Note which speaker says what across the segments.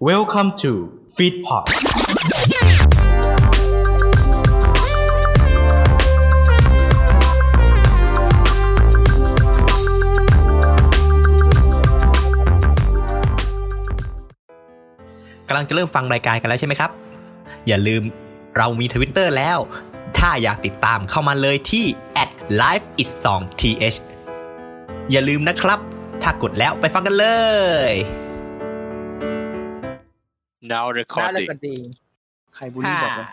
Speaker 1: Welcome to Feedpot
Speaker 2: กำลังจะเริ่มฟังรายการกันแล้วใช่ไหมครับ อย่าลืมเรามีทวิตเตอร์แล้ว ถ้าอยากติดตามเข้ามาเลยที่ @lifeit2th อย่าลืมนะครับ ถ้ากดแล้วไปฟังกันเลย
Speaker 3: now
Speaker 4: น่าเลิก
Speaker 3: recording
Speaker 4: กันดี
Speaker 5: ใครบูลลี่บอทวะ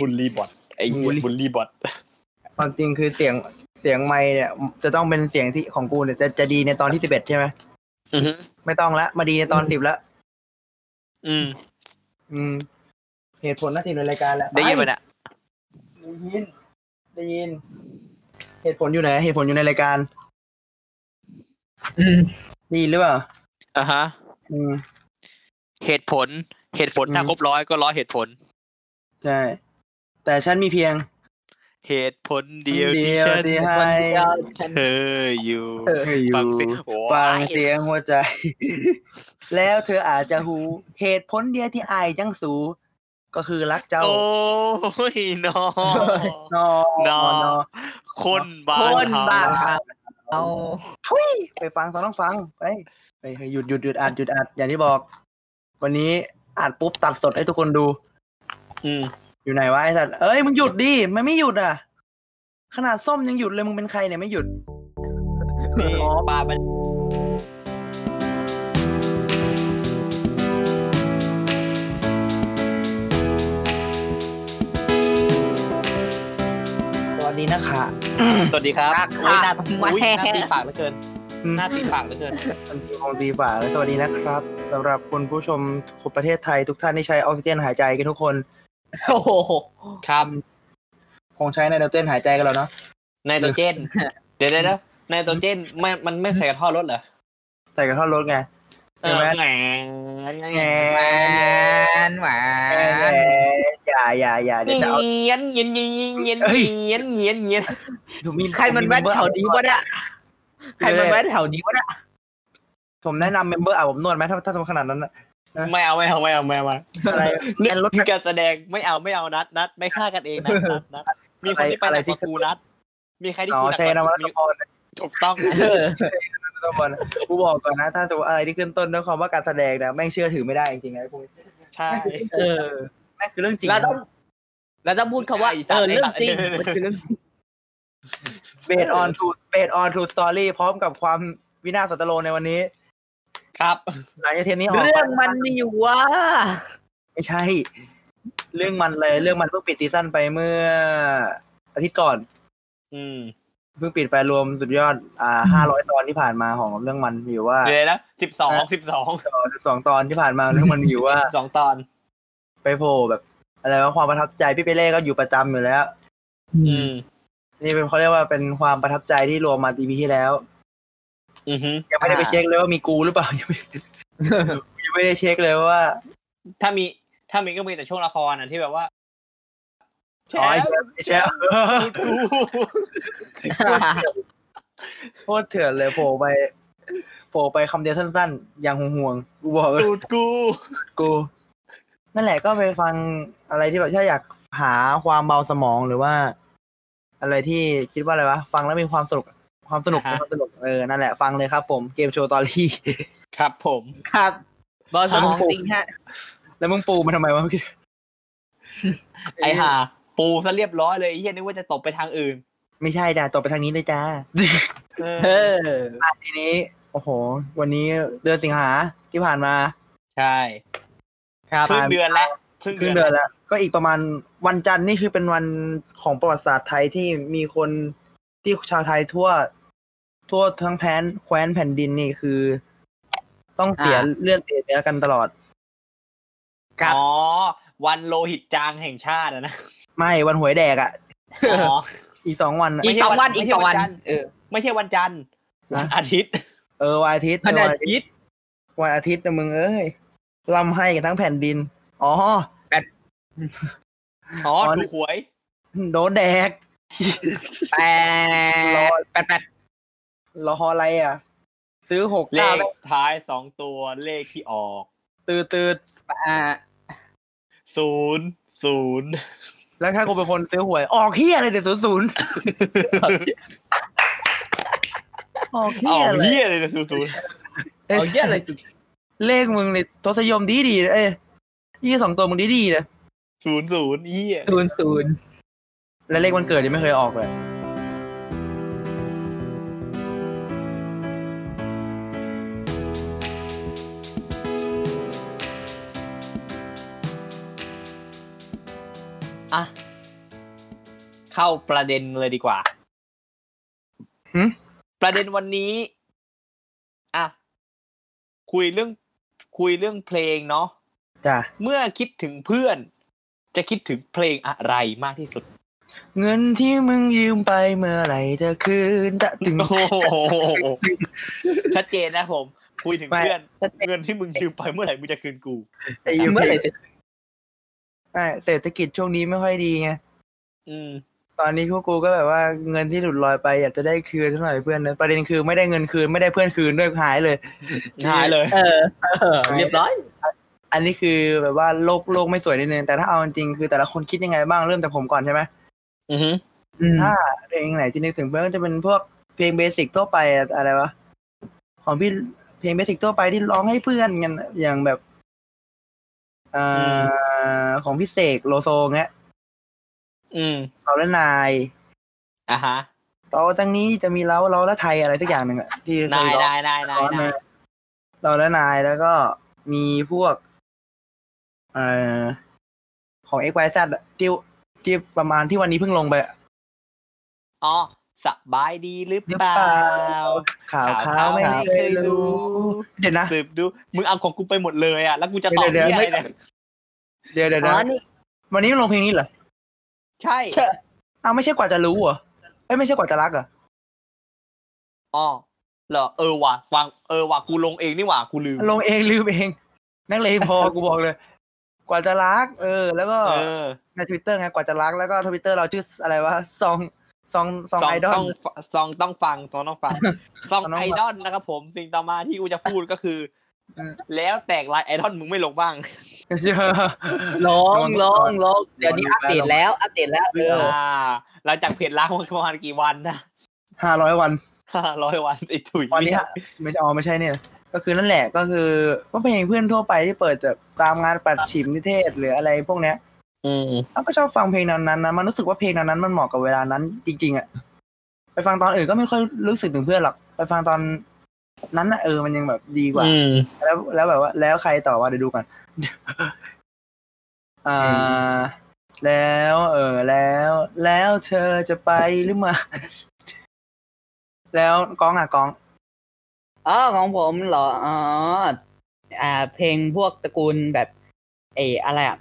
Speaker 6: บุลลี่บอทไอ้เหี้ยบุลลี่บอท
Speaker 5: ความจริงคือเสียงเสียงไมค์เนี่ย จะต้องเป็นเสียงที่ของกูเนี่ยจะจะดีในตอนที่สิบเอ็ดใช่ไหม
Speaker 3: อือหือ
Speaker 5: ไม่ต้องละมาดีในตอนสิบละ
Speaker 3: อืม
Speaker 5: อืม เหตุผลน่าจะอยู่ในรายการแล้ว
Speaker 3: ได้ยินไหม
Speaker 5: ได้
Speaker 3: นะ
Speaker 5: ยินได้ยิน เหตุผลอยู่ไหน เหตุผลอยู่ในรายการ
Speaker 4: อืม
Speaker 5: ไดีหรือเปล่า
Speaker 3: อ่ะฮะ
Speaker 5: อืม
Speaker 3: เหตุผล เหตุผลถ้า
Speaker 5: อืม
Speaker 3: ครบร้อยก็ร้อยเหตุผล
Speaker 5: ใช่ แต่ฉันมีเพียง
Speaker 3: เหตุผลเดียวที่
Speaker 5: ยว
Speaker 3: ฉัน
Speaker 5: ที่
Speaker 4: วั
Speaker 5: ให้
Speaker 4: นเดียวฉัน
Speaker 3: เธออยู่
Speaker 5: เธออยู่
Speaker 3: ฟังสิโอ้ย
Speaker 5: ฟังเสียงหัวใจ แล้วเธออาจจะหู เหตุผลเดียวที่อายจังสู ก็คือรักเจ้า
Speaker 3: โอ้ยนอ
Speaker 5: นอน
Speaker 3: อ
Speaker 5: นอ
Speaker 3: คนบ้า
Speaker 4: โคน น
Speaker 3: เฮา
Speaker 4: บ้าค่ะเอา
Speaker 5: ทุยไปฟังสองต้องฟังไปไปหยุดหยุดหยุดอัดหยุดอัดอย่างที่บอก วันนี้อัดปุ๊บตัดสดให้ทุกคนดู
Speaker 3: อืม
Speaker 5: อยู่ไหนวะไอ้สัตว์เอ้ยมึงหยุดดิมันไม่หยุดอ่ะ ขนาดส้มยังหยุดเลยมึงเป็นใครเนี่ยไม่หยุด
Speaker 3: นี่
Speaker 5: อ๋อ
Speaker 3: บ้าไป
Speaker 5: สวัสดีนะคะ
Speaker 3: สวัสดีครับ
Speaker 4: ตัก
Speaker 3: อุ๊ยหน้า
Speaker 4: ทำไม
Speaker 3: อุ๊ยหน้าตีปากเหลือเกิน
Speaker 5: อืม
Speaker 3: หน้าตีปากเหลือเกิน
Speaker 5: วันที่ของดีฝ่าและสวัสดีนะครับสำหรับคุณผู้ชมทุกประเทศไทยทุกท่านที่ใช้ออกซิเจนหายใจกันทุกคน
Speaker 4: โอ้โห
Speaker 3: ครับ
Speaker 5: คงใช้ไนโตรเจนหายใจกันแล้วเนาะ
Speaker 3: ไนโตรเจน เดี๋ยวเดี๋ยวเดี๋ยวไนโตรเจนไม่มันไม่ใส่กระท่อรถเหรอ
Speaker 5: ใส่กันท่อนรถไง
Speaker 3: เอ
Speaker 5: เห็น
Speaker 3: อ
Speaker 5: ไหม
Speaker 3: แห
Speaker 5: แ
Speaker 3: ม่
Speaker 5: หม
Speaker 4: หวานหวา
Speaker 5: เอ้ย
Speaker 4: น
Speaker 5: อย่าอย่าอย่าเดี๋ยวจะเอา
Speaker 3: เงียนเงียนเงียนเงียน
Speaker 5: เฮ้ย
Speaker 3: เงียนเงียนเงียน
Speaker 5: ดูมี
Speaker 4: ใครมันแวะแถวนี้วะเนี่ยใครมันแวะแถวนี้วะเนี่ย
Speaker 5: ผมแนะนำเมมเบอร์อาบอบนวดไหมถ้าถ้าทำขนาดนั้นน่ะ
Speaker 3: ไม่เอาไม่เอาไม่เอาไม่เอาไม่เอา
Speaker 5: อะไร
Speaker 3: เรื่
Speaker 5: แอนรถ
Speaker 3: องการแสดงไม่เอาไม่เอานัดนัดไม่ฆ่ากันเองนัดนัดนัดมีคนที่ไป
Speaker 5: อะไร
Speaker 3: หนักกว่ากูนัด มีใครที่
Speaker 5: อ๋อ
Speaker 3: กูหนัก
Speaker 5: ใช่นะ
Speaker 3: ก
Speaker 5: วั
Speaker 3: ว่า
Speaker 5: ต
Speaker 3: มี
Speaker 5: พรนะ
Speaker 3: ถูกต้อง
Speaker 4: เออ
Speaker 5: วัตพรนะกูบอกก่อนนะ ถ้าสมมติอะไรที่ขึ้นต้นด้วยคำว่าการแสดงนะแม่งเชื่อถือไม่ได้จริงๆนะพวกนี้
Speaker 3: ใช่
Speaker 4: เออ
Speaker 5: แม่งคือเรื่องจริง
Speaker 4: แล้วต้องแล้วต้องพูดคำว่า
Speaker 3: ไอ้สั
Speaker 4: เอ
Speaker 3: ตว์
Speaker 4: อเรื่อง
Speaker 3: ไอ้
Speaker 4: จริง
Speaker 3: สัตว์
Speaker 4: มันคือเรื่องจริง
Speaker 5: เบสอ อนทูเบสออนทูสตอรี่พร้อมกับความวินาศสันตโลในวันนี้
Speaker 3: ครับ
Speaker 5: หลังจากเทปนี้ออก
Speaker 4: เรื่อง มันมีอยู่ว่า
Speaker 5: ไม่ใช่ เรื่องมันเลยเรื่องมันเพิ่งปิดซีซั่นไปเมื่อ อาทิตย์ก่อน
Speaker 3: อืม
Speaker 5: เพิ่งปิดไปรวมสุดยอด อ่าห้าร้อยตอนที่ผ่านมาของเรื่องมันมีอยู่ว่า
Speaker 3: เดี๋ยวนะสิบสองสิบสอง
Speaker 5: ตอนสองตอนที่ผ่านมาเรื่องมันมีอยู่ว่า
Speaker 3: สองตอน
Speaker 5: ไปโผล่แบบ อะไรว่าความประทับใจพี่เปเล่ก็อยู่ประจำอยู่แล้ว
Speaker 3: อืม
Speaker 5: นี่เป็นเขาเรียกว่าเป็นความประทับใจที่รวมมาอีพีที่แล้ว
Speaker 3: อือฮึ
Speaker 5: ยังไม่ได้ไป
Speaker 4: อ่า
Speaker 5: เช็คเลยว่ามีกูหรือเปล่า ยังไม่ยังไม่ได้เช็คเลยว่า
Speaker 3: ถ้ามีถ้ามีก็มีแต่ช่วงละครอ่ะที่แบบว่าแช
Speaker 5: อ๋อไอ้
Speaker 3: ร์
Speaker 5: แชมป์ไอ้แชมป์เออ
Speaker 3: กู
Speaker 5: โคตรเถื่อนเลยโผล่ไปโผล่ไปคำเดียวสั้นๆ อย่างห่วงๆกูบอกเลย
Speaker 3: ตูดกู
Speaker 5: กู นั่นแหละก็ไปฟังอะไรที่แบบถ้าอยากหาความเบาสมองหรือว่า อะไรที่คิดว่าอะไรวะฟังแล้วมีความสนุกความสนุกความสนุกเออนั่นแหละฟังเลยครับผมเกมโชว์ตอรี่
Speaker 3: ครับผม
Speaker 4: ครับบอส
Speaker 5: แล้ว
Speaker 4: ข
Speaker 5: มัน
Speaker 4: อง
Speaker 5: ปลูก
Speaker 4: จริงฮะ
Speaker 5: แล้วมึงปูมันทำไมวะเมื่อกี้
Speaker 3: ไอห่าปูซะเรียบร้อยเลยไอ้เหี้ยนึกว่าจะตบไปทางอื่น
Speaker 5: ไม่ใช่จ้ะตบไปทางนี้เลยจ้า
Speaker 3: เอ
Speaker 4: เอ
Speaker 3: อ
Speaker 4: อ
Speaker 5: อ่ะทีนี้ โอ้โห วันนี้เดือนสิงหาที่ผ่านมา
Speaker 3: ใช่
Speaker 4: ครับ
Speaker 3: ครึ่งเดือนแล้วครึ่ง
Speaker 5: ครึ่ง
Speaker 3: เดื
Speaker 5: เดื
Speaker 3: อน
Speaker 5: อนแล้ว ก็อีกประมาณวันจันทร์นี่คือเป็นวันของประวัติศาสตร์ไทยที่มีคนที่ชาวไทยทั่ว ทั่วทั้งแผนแคว้นแผ่นดินนี่คือ ต้องเสียเลือดเสียเนื้อกันตลอด
Speaker 4: ครับ
Speaker 3: อ๋อ วันโลหิตจางแห่งชาติอะนะ
Speaker 5: ไม่วันหวยแดกอ่ะ
Speaker 3: อ๋อ
Speaker 5: อีกสองวันอะ
Speaker 4: อีกสองวันอีกสองวัน
Speaker 3: ไม่ใช่วันจันทร์
Speaker 4: เออ
Speaker 3: ไม่ใช่วันจันทร์วันอาทิตย์
Speaker 5: เออวันอาทิตย์
Speaker 4: ข
Speaker 5: วัน
Speaker 4: นาด
Speaker 5: อาทิตย์
Speaker 4: ยิด
Speaker 5: วันอาทิตย์นะมึงเอ้ยลำให้กันทั้งแผ่นดิน อ๋อ
Speaker 3: อ๋อ
Speaker 5: อ๋อ
Speaker 3: ถูกหวย
Speaker 5: โดนแดก
Speaker 4: แปดแปดแปด
Speaker 5: รออะไรอ่ะ ซื้อหก
Speaker 3: เล
Speaker 5: เก้า
Speaker 3: ขท้ายสองตัวเลขที่ออก
Speaker 5: ตืดตืด
Speaker 4: อ่า
Speaker 3: ศูนย์ศูนย์
Speaker 5: ๆแล้วถ้ากูเป็นคนซื้อหวย ออกเฮียอะไรเดี๋ยวศูนย์ศูนย์ออกเฮี
Speaker 3: อ้าวย
Speaker 5: อะไร
Speaker 3: เฮียเลยนะศูนย์ศูนย์
Speaker 4: เอาเยี่ยอะไรสุด
Speaker 5: เลขมึงในทศนิยมดีดีๆเอ้ยยี่สองตัวมึงดีดีๆเลย
Speaker 3: ศูนย์ศูนย์เฮีย
Speaker 4: ศูนย์ศูนย์
Speaker 5: และเลขวันเกิดยังไม่เคยออกเลย
Speaker 3: อ่ะเข้าประเด็นเลยดีกว่า
Speaker 5: หึ
Speaker 3: ประเด็นวันนี้ อ่ะ คุยเรื่องคุยเรื่องเพลงเนาะ
Speaker 5: จ้ะ
Speaker 3: เมื่อคิดถึงเพื่อน จะคิดถึงเพลงอะไรมากที่สุด
Speaker 5: เงินที่มึงยืมไปเมื่อไหร่จะคืนจะถึง
Speaker 3: โอ้โห ชัดเจนนะผม คุยถึงเพื่อน
Speaker 4: ชัดเจน
Speaker 3: เงินที่มึงยืมไปเมื่อไหร่มึงจะคืนกู
Speaker 5: ไอ้ยู
Speaker 4: เมื่อไหร่จะ
Speaker 5: ใช่เศรษฐกิจช่วงนี้ไม่ค่อยดีไง
Speaker 3: อืม
Speaker 5: ตอนนี้พวกกูก็แบบว่าเงินที่หลุดลอยไปอยากจะได้คืนเท่าไหร่เพื่อนนะประเด็นคือไม่ได้เงินคืนไม่ได้เพื่อนคืนด้วยหายเลย
Speaker 3: หายเลย
Speaker 4: เออเออ เรียบร้อย
Speaker 5: อันนี้คือแบบว่าโลกโลกไม่สวยนิดนึงแต่ถ้าเอาจริงๆคือแต่ละคนคิดยังไงบ้างเริ่มจากผมก่อนใช่ไหม
Speaker 3: อือหือ
Speaker 5: ถ้าเพลงไหนที่นึกถึงเพื่อนก็จะเป็นพวกเพลงเบสิกทั่วไปอะอะไรวะของพี่เพลงเบสิกทั่วไปที่ร้องให้เพื่อนกันอย่างแบบเอ่อของพี่เสกโลโซเงี้ย
Speaker 3: อืม
Speaker 5: เราและนาย
Speaker 3: อ่ะฮะ
Speaker 5: ต่อจากนี้จะมีเราเราและไทยอะไรสักอย่างหนึ่งอะที่เคยร้
Speaker 3: นา
Speaker 5: อง
Speaker 3: ยนายนายนายนาย
Speaker 5: เราและนายแล้วก็มีพวก เอ่อของ x y z อะที่ที่ประมาณที่วันนี้เพิ่งลงไปอะ
Speaker 3: อ๋อสบายดีหรือ
Speaker 5: หรือ
Speaker 3: เป
Speaker 5: เป
Speaker 3: ล่า
Speaker 5: ล่าข่าวข่าวไม่เคยรู้เดี๋ยวนะ
Speaker 3: สืบดู มึงเอาของกูไปหมดเลยอ่ะ แล้วกูจะต
Speaker 5: เดี๋
Speaker 3: อบ
Speaker 5: ยวเดี๋ยว
Speaker 3: ที่อะไรเนี่ย
Speaker 5: เดี๋ยวเดี๋ยว
Speaker 4: อ๋
Speaker 5: นะ
Speaker 4: อนี่
Speaker 5: วันนี้ลงเพลงนี้เหรอ
Speaker 3: ใช่
Speaker 5: อ้าวไม่ใช่กว่าจะรู้เหรอเอ้ยไม่ใช่กว่าจะรักเหรอ
Speaker 3: อ๋อเหรอเออว่ะฟังเออว่ะกูลงเองนี่หว่ากูลืม
Speaker 5: ลงเองลืมเอง นักเลงพอกูบอกเลย กว่าจะรัก เออ แล้วก็
Speaker 3: เออ
Speaker 5: ในทวิตเตอร์ไงกว่าจะรักแล้วก็ทวิตเตอร์เราชื่ออะไรวะซองซองซอง
Speaker 3: ซอง
Speaker 5: ไอดอ
Speaker 3: ต้
Speaker 5: ล
Speaker 3: องซองต้องฟังซอง ต้องฟังซอง
Speaker 5: ซองต้องฟัง
Speaker 3: ไอดอลนะครับผม สิ่งต่อมาที่กูจะพูดก็คือ
Speaker 5: เออ
Speaker 3: แล้วแตกลายไอดอลมึงไม่ลงบ้าง
Speaker 4: ลองลองลองเดี๋ยวนี้อัปเดตแล้ว อัปเดตแล้วเออ
Speaker 3: อ่าหลังจากเพจล้างมันประมาณกี่วันนะ
Speaker 5: ห้าร้อยวัน
Speaker 3: ห้าร้อยวันไอ้ถุย
Speaker 5: ตอนนี้ฮะไม่ใช่อ๋อไม่ใช่เนี่ย ก็คือนั่นแหละก็คือก็เพลงเพื่อนทั่วไปที่เปิดแบบตามงานปัดฉิมนิเทศหรืออะไรพวกเนี้ย
Speaker 3: อืม
Speaker 5: เราก็ชอบฟังเพลงแนวนั้นนะมันรู้สึกว่าเพลงแนวนั้นมันเหมาะกับเวลานั้น จริง ๆอะไปฟังตอนอื่นก็ไม่ค่อยรู้สึกถึงเพื่อนหรอกไปฟังตอนนั้นนะเออมันยังแบบดีกว่า
Speaker 3: อืม
Speaker 5: แล้วแล้วแบบว่าแล้วใครต่อว่าเดี๋ยวดูกัน อ่าแล้ว เออแล้ว แล้วเธอจะไปหรือมา แล้วกองอ่ะกอง
Speaker 4: อ๋อของผมเหรออ๋ออ่า เพลงพวกตระกูลแบบไอ้อะไรอ่ะ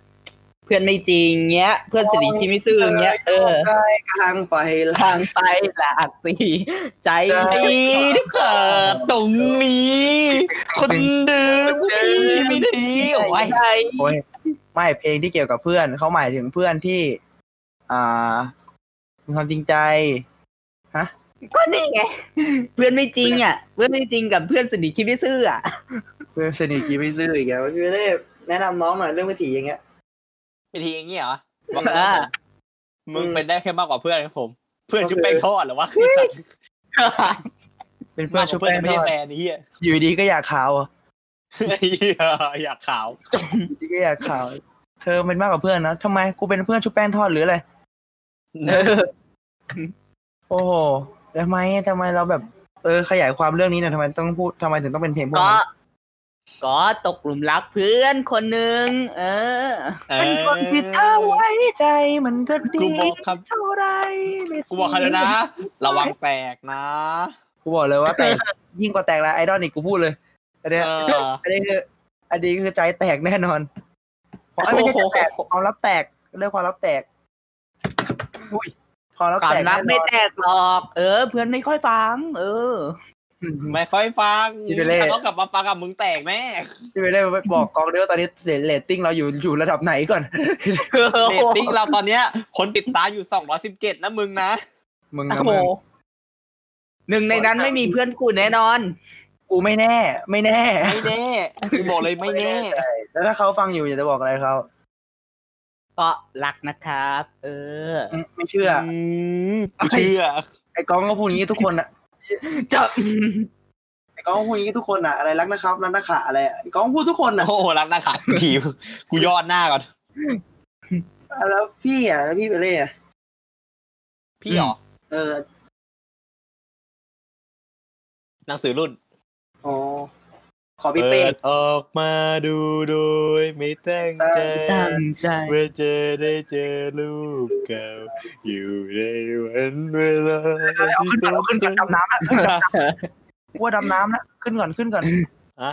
Speaker 4: เพื่อนไม่จริงเงี้ย เพื่อนสิริที่ไม่ซื่อเงี้ย เออ
Speaker 5: ใกล้กลางไฟละ
Speaker 4: ทางไปหละอักสีใจ
Speaker 3: ไอ้ที่เกิดตรงนี้ คนเดิมพี่ไม่ดีโอ้ย
Speaker 4: ใจ
Speaker 5: โอ้ยไม่เพลงที่เกี่ยวกับเพื่อนเขาหมายถึงเพื่อนที่ อ่ามีความจริงใจ
Speaker 4: ก็นี่ไง เพื่อนไม่จริงอ่ะ เพื่อนไม่จริงกับเพื่อนสนิทที่ไม่ซื่อ อ่ะ
Speaker 5: เพื่อนสนิทกี่ไม่ซื่ออีกแล้วพี่เล่แนะนำน้องหน่อยเรื่องวิถีอย่างเงี้ย
Speaker 3: วิธีอย่างเงี้ยเหรอ
Speaker 4: อ่า
Speaker 3: มึงเป็นได้แค่มากกว่าเพื่อนครับผม เพื่อนชุบแป้งทอดเหรอวะ
Speaker 5: เป็นเพื่อ
Speaker 3: มาน กก
Speaker 5: ชุบ
Speaker 3: ว่าเพื่อน
Speaker 5: แป้งทอด
Speaker 3: แต่ไม่ใช่แฟนไอ้เฮีย
Speaker 5: อยู่ดีก็อยากขาวอ่ะ
Speaker 3: ไอ้เหี้ยอยากขาว
Speaker 5: อยู่ดีก็อยากขาว เธอเป็นมากกว่าเพื่อนนะทำไมกูเป็นเพื่อนชุบแป้งทอดหรืออะไร โอ้โหทำไมทำไมเราแบบ เออขยายความเรื่องนี้หน่อยทำไมต้องพูดทำไมถึงต้องเป็นเพลงพวก
Speaker 4: ก็
Speaker 5: นั้น
Speaker 4: ก็ตกหลุมรักเพื่อนคนหนึ่งเออ
Speaker 3: เอ
Speaker 5: เป็น
Speaker 3: อ
Speaker 5: คนที่เธอไว้ใจมันก็ดี
Speaker 3: กูบอกครับ
Speaker 5: เท่าไรไม่
Speaker 3: กูบอกเขาแล้วนะ ระวังแตกนะ
Speaker 5: กูบอกเลยว่า แตก ยิ่งกว่าแตกละไอดอลอีกกูพูดเลยอันเนี้ย
Speaker 3: เออ
Speaker 5: อันนี้คืออันนี้คือใจแตกแน่นอนเพราะไอ้ยไม่ใช่ใจแตกความรับแตกเรื่องความรับแตกอุ้ยความรับ
Speaker 4: ก่อ
Speaker 5: แต
Speaker 4: น
Speaker 5: ก
Speaker 4: รัก
Speaker 5: แน่
Speaker 4: ไม่
Speaker 5: นอน
Speaker 4: แตกหรอก เออ เพื่อนไม่ค่อยฟัง เออ
Speaker 5: อืม
Speaker 3: ไม่ค่อยฟัง
Speaker 5: อีเบเล่
Speaker 3: ถ้าเขากลับมาฟังกับมึงแตกแม่
Speaker 5: พี่ไปเล่บอกกองด้วยว่าตอนนี้เสเรตติ้งเราอยู่อยู่ระดับไหนก่อน
Speaker 3: เรตติ้งเราตอนเนี้ย คนติดตามอยู่ 217 นะมึงนะ
Speaker 5: มึง
Speaker 4: โอ้
Speaker 5: นะ
Speaker 4: โห
Speaker 5: มึง
Speaker 4: หนึ่งในนั้นไม่มีเพื่อนกูแน่นอน
Speaker 5: กูไม่แน่ ไม่แน่
Speaker 3: ไม่แน่กูบอกเลยไม่แน่
Speaker 5: แล้วถ้าเขาฟังอยู่อยากจะบอกอะไรเขา
Speaker 4: ก็รักนะครับ เออ
Speaker 5: อืมไม่เชื่อ
Speaker 3: อืมเชื่อ
Speaker 5: ไอ้ก้องก็พูดอย่างนี้ทุกคนอ่ะ
Speaker 4: จะ
Speaker 5: ไอ้ก้องก็พูดอย่างนี้ทุกคนอ่ะ อะไรรักนะครับรักนะขะอะไรอะไอ้ก้องพูดทุกคนอ่ะ
Speaker 3: โอ้โหรักหน้าขาดทีมกูยอดหน้าก่อน
Speaker 5: แล้วพี่อ่ะแล้วพี่เปเล่อะ
Speaker 3: พี่เหรอ
Speaker 5: เออ
Speaker 3: หนังสือรุ่น
Speaker 5: อ๋อ ขอพี่เป้
Speaker 3: เปิดออกมาดูโดยไม่ตั้งใจ
Speaker 4: ตั้งใจ
Speaker 3: เมื่อเจอได้เจอรูปเก่าอยู่ในวันเวลา
Speaker 5: เอาขึ้นก่อนเอาขึ้นก่อนดำน้ำละกูว่าดำน้ำละขึ้นก่อนขึ้นก่อน
Speaker 3: อ่ะ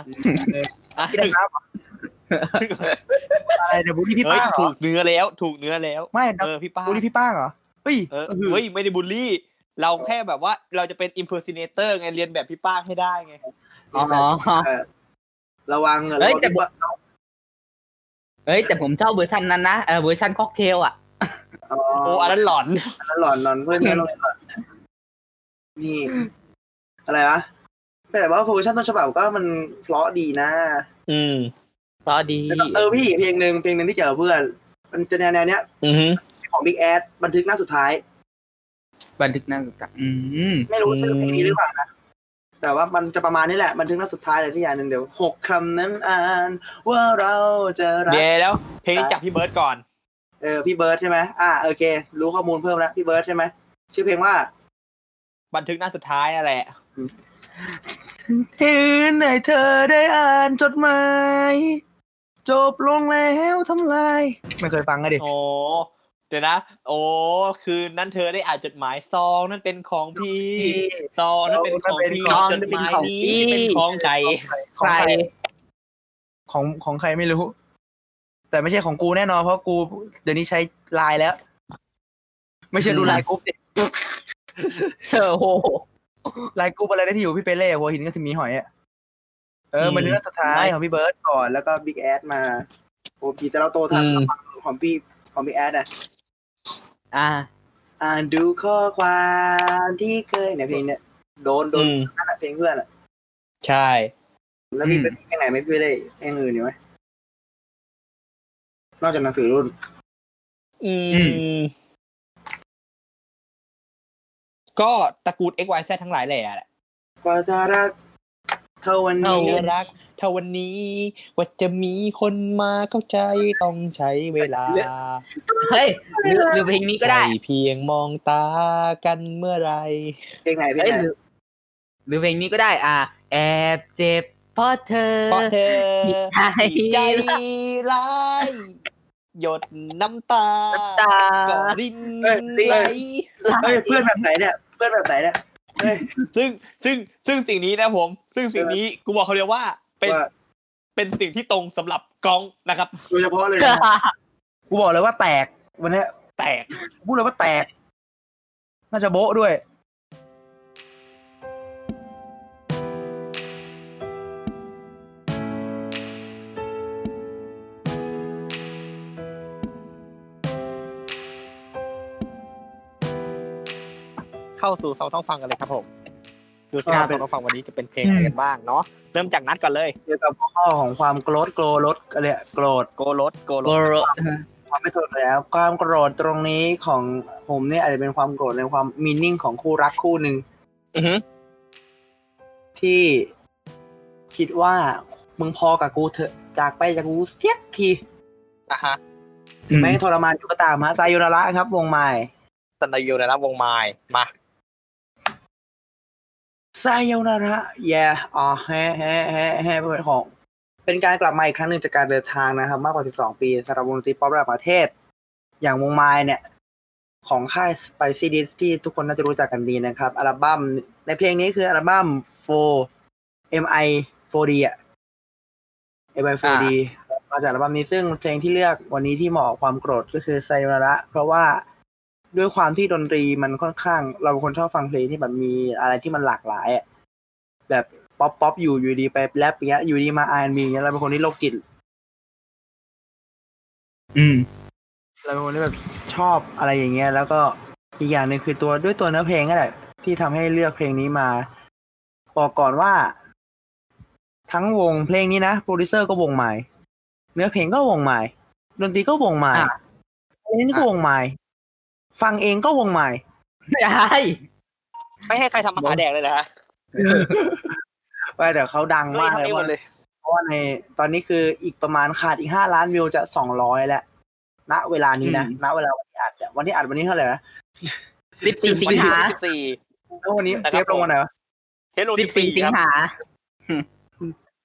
Speaker 5: พี่ดำน้ำเหรออะไรเดี๋ยวบูลลี่พี่
Speaker 3: เฮ้ย
Speaker 5: ป้างเหร
Speaker 3: ถู
Speaker 5: อก
Speaker 3: เนื้อแล้ว ถูกเนื้อแล้ว
Speaker 5: ไม่
Speaker 3: เออพี่ป้า
Speaker 5: บูลลี่พี่ป้างเหรอเฮ้ย
Speaker 3: เออเฮ้ยไม่ได้บูลลี่ เราแค่แบบว่าเราจะเป็น impersonator ไงเรียนแบบพี่ป้าให้ได้ไง
Speaker 4: อ๋อ
Speaker 5: ระวังอะ
Speaker 4: เฮ้ย
Speaker 5: ระวัง
Speaker 4: แต่บอก เฮ้ย แต่ผมชอบเวอร์ชันนั้นนะเออเวอร์ชันค็อกเทลอ่ะ
Speaker 5: อ๋อ
Speaker 3: โอ้อันนั้นหลอน
Speaker 5: หลอนหลอนเพื่อนเพื่อนหลอนนี่ อะไรวะแต่ว่าโปรโมชั่นต้นฉบับก็มันเพราะดีนะ
Speaker 3: อืม
Speaker 4: เพราะดี
Speaker 5: เออพี่เพลงหนึ่งเพลงหนึ่งที่เจอเพื่อน มันจะแนวแนวเนี้ย
Speaker 3: อือหือ
Speaker 5: ของ Big a d บันทึกหน้าสุดท้าย
Speaker 4: บันทึกหนั่งกับอืม
Speaker 5: ไม่รู้ชื่อเพลงนี้
Speaker 3: อืม
Speaker 5: หรือเปล่านะ แต่ว่ามันจะประมาณนี้แหละ มันถึงนัดสุดท้ายเลยที่อย่างหนึ่งเดี๋ยวหกคำนั้นอ่าน ว่าเราจะรัก
Speaker 3: เดี๋ยวแล้ว เพลงนี้จากพี่เบิร์ดก่อน
Speaker 5: เออพี่เบิร์ดใช่ไหมอ่าโอเค รู้ข้อมูลเพิ่มแล้วพี่เบิร์ดใช่ไหมชื่อเพลงว่า
Speaker 3: บันทึกหน้าสุดท้ายนั่นแหละ
Speaker 5: ถึงไหนเธอได้อ่านจดหมายจบลงแล้วทำลาย ไม่เคยฟังก็ดิ
Speaker 3: โอ้เดี๋ยวนะ โอ้คืนนั้นเธอได้อ่านจดหมายซองนั่นเป็นของพี่
Speaker 5: ที่
Speaker 3: ซองนั่นเป็นของพี่
Speaker 5: ซอง
Speaker 3: จ
Speaker 5: นั่
Speaker 3: ด
Speaker 5: นเป็นของ
Speaker 3: หมายนี้
Speaker 4: พี่
Speaker 3: เป็นของใคร
Speaker 5: ข
Speaker 4: ใค
Speaker 5: อง
Speaker 4: ร
Speaker 5: ใครของของใครไม่รู้ แต่ไม่ใช่ของกูแน่นอนเพราะกูเดี๋ยวนี้ใช้ไลน์แล้ว ไม่ใช่ดูไลน์กรุ๊ปดิ
Speaker 4: เธอโห
Speaker 5: ไลน์กรุ๊ปอะไรได้ที่อยู่พี่เปเล่หัวหินก็ถึงมีหอยอ่ะ เออมันเรื่องสุดท้ายของพี่เบิร์ดก่อนแล้วก็บิ๊กแอดมาโอพีแต่เราโตทันของพี่ของบิ๊กแอดนะ
Speaker 4: อ่า
Speaker 5: อ่านดูข้อความที่เคยเนี่ยเพลงเนี่ยโดนโดน
Speaker 3: อืม
Speaker 5: นั่นแหละเพลงเพื่อนอ่ะ
Speaker 3: ใช่
Speaker 5: แล้วมี
Speaker 4: อืม
Speaker 5: เป็นเพลงไหนไหม่พี่เล่เพลงอื่นอยู่ไหมนอกจากหนังสือรุ่น
Speaker 3: อื
Speaker 4: อื
Speaker 3: ม ก็ตระกูล XYZ ทั้งหลายแหละแหละ
Speaker 5: กว่าจะรักเท่าวัน
Speaker 3: เ
Speaker 5: นี้
Speaker 3: ธอรักเท่าวันนี้ ว่าจะมีคนมาเข้าใจต้องใช้เวลา
Speaker 4: เฮ้ยหรือหรือเพลงนี้ก็ได้
Speaker 3: ใช่เพียงมองตากันเมื่อไหร
Speaker 5: เพลงไหนเพลง
Speaker 4: เอ้ย
Speaker 5: ไหน
Speaker 4: หรือหรือเพลงนี้ก็ได้ อ่า แอบเจ็บเพราะเธอ
Speaker 3: เพราะเธอ
Speaker 4: ใช่
Speaker 3: ใจร้ายหยดน้ำตา
Speaker 4: ตา
Speaker 3: ก่อรินไหล
Speaker 5: เฮ้ยเพื่อนแบบไหนเนี่ยเพื่อนแบบไหนเนี่ย
Speaker 3: ซึ่งซึ่งซึ่งสิ่งนี้นะผม ซึ่งสิ่งนี้กูบอกเขาเลยว่า เป็น
Speaker 5: ว่า
Speaker 3: เป็นสิ่งที่ตรงสำหรับกล้องนะครับ
Speaker 5: โดยเฉพาะเลย นะกูบอกเลยว่าแตกวันเนี้ย
Speaker 3: แตก
Speaker 5: พูดเลยว่าแตก น่าจะโบ๊ะด้วย
Speaker 3: เข้าสู่เซาต้องฟังกันเลยครับผม ดูที่การต้องฟังวันนี้จะเป็นเพลงอะไรกันบ้างเนาะเริ่มจากนัดก่อนเลย
Speaker 5: เกี่ยวกับหัวข้อของความโกรธโกรธอะไรอะโกรธ
Speaker 3: โกรธโกร
Speaker 4: โก
Speaker 3: ธ
Speaker 4: โร
Speaker 5: ความไม่โกรธแล้ว ความโกรธตรงนี้ของผมเนี่ยอาจจะเป็นความโกรธในความมีนิ่งของคู่รักคู่หนึ่ง
Speaker 3: อือหือ
Speaker 5: ที่คิดว่ามึงพอกับกูเถอะจากไปจากกูเสียที
Speaker 3: อ่ะฮะ
Speaker 5: ถึงไม่ให้ทรมานอยู่ก็ตามฮะไซโยนาระครับ วงไม้
Speaker 3: สันตยูนะครับวงไม้มา
Speaker 5: ไซโยนาระแย่อ๋อแฮ่แฮ่แฮ่แฮ่เป็นของ เป็นการกลับมาอีกครั้งหนึ่งจากการเดินทางนะครับ มากกว่า 12 ปีสำหรับวงดนตรีป๊อประดับประเทศ อย่างวงไม้เนี่ย ของค่าย Spicy d i s ที่ทุกคนน่าจะรู้จักกันดีนะครับ อัลบั้มในเพลงนี้คืออัลบั้ม 4 MI 4D อ่ะ MI 4D มาจากอัลบั้มนี้ซึ่งเพลงที่เลือกวันนี้ที่เหมาะกับความโกรธก็คือไซโนระ เพราะว่าด้วยความที่ดนตรีมันค่อนข้าง เราเป็นคนชอบฟังเพลงที่มันมีอะไรที่มันหลากหลายอ่ะแบบป๊อปป๊อปอยู่อยู่ดีไปแรปอย่างเงี้ยอยู่ดีมา R&B อย่างเงี้ยเราเป็นคนที่โรคจิต
Speaker 4: อืม
Speaker 5: เราเป็นคนที่แบบชอบอะไรอย่างเงี้ย แล้วก็อีกอย่างหนึ่งคือตัวด้วยตัวเนื้อเพลงก็แหละที่ทำให้เลือกเพลงนี้มา บอกก่อนว่า ทั้งวงเพลงนี้นะโปรดิวเซอร์ก็วงใหม่ เนื้อเพลงก็วงใหม่ ดนตรีก็วงใหม่
Speaker 4: อ่ะ
Speaker 5: เพลงนี้ก็วงใหม่ ฟังเองก็วงใหม่
Speaker 4: ไม่ใช่
Speaker 3: ไม่ให้ใครทำอาหารแดกเลยนะฮะ
Speaker 5: ว่าแต่เขาดัง
Speaker 3: ไม่
Speaker 5: มากเล
Speaker 3: ทำเอย งหม
Speaker 5: ว่า
Speaker 3: ดเลย
Speaker 5: เพราะว่าในตอนนี้คืออีกประมาณขาดอีกห้าล้านวิวจะสองร้อยแล้ว ณ เวลานี้นะ ณ เวลาวันที่อัดเนี่ยวันที่อัดวันนี้เท่าไหร่นะ
Speaker 4: สิบสี่สิงหา
Speaker 3: สี่
Speaker 5: แล้ววันนี้เทปลงวันไหนวะ
Speaker 3: เฮโล
Speaker 4: สิบสี่สิง
Speaker 3: ครับ
Speaker 4: หา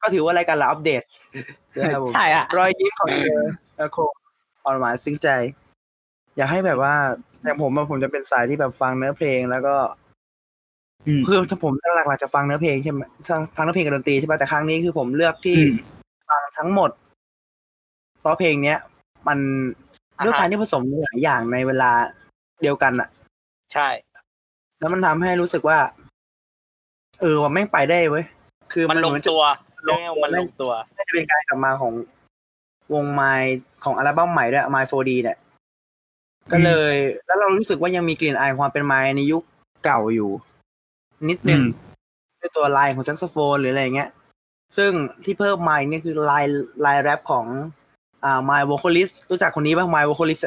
Speaker 5: ก็ถือว่ารายการเราอัปเดตนะครับผม
Speaker 4: ใช่อ่ะ
Speaker 5: รอยยิ้มของเธอและคงอ่อนหวานซึ้งใจ อยากให้แบบว่าอย่างผมอะผมจะเป็นสายที่แบบฟังเนื้อเพลงแล้วก็
Speaker 4: อืม
Speaker 5: คือถ้าผมหลักๆจะฟังเนื้อเพลงใช่ไหมฟังเนื้อเพลงกับดนตรีใช่ไหมแต่ครั้งนี้คือผมเลือกที่
Speaker 4: อืม
Speaker 5: ฟังทั้งหมด เพราะเพลงเนี้ย มันด้วยการที่ผสมหลายอย่างในเวลาเดียวกันอะ
Speaker 3: ใช่
Speaker 5: แล้วมันทำให้รู้สึกว่า เออว่าแม่งไปได้เว้ยคือ
Speaker 3: มันลง
Speaker 5: เหอจะ
Speaker 3: ตัวเรื่องมันลงตัว
Speaker 5: น่าจะเป็นการกลับมาของวงไมของอัลบั้มใหม่ด้วยไมโฟดีเนี่ย ก็เลย แล้วเรารู้สึกว่ายังมีกลิ่นอายความเป็นไมในยุคเก่าอยู่ นิดนึง
Speaker 4: อืม
Speaker 5: ด้วยตัวลายของแซกโซโฟนหรืออะไรอย่างเงี้ย ซึ่งที่เพิ่มไมนี่คือลายลายแรปของ อ่าไมโวคอลิสรู้จักคนนี้ป่ะไมโวคอลิส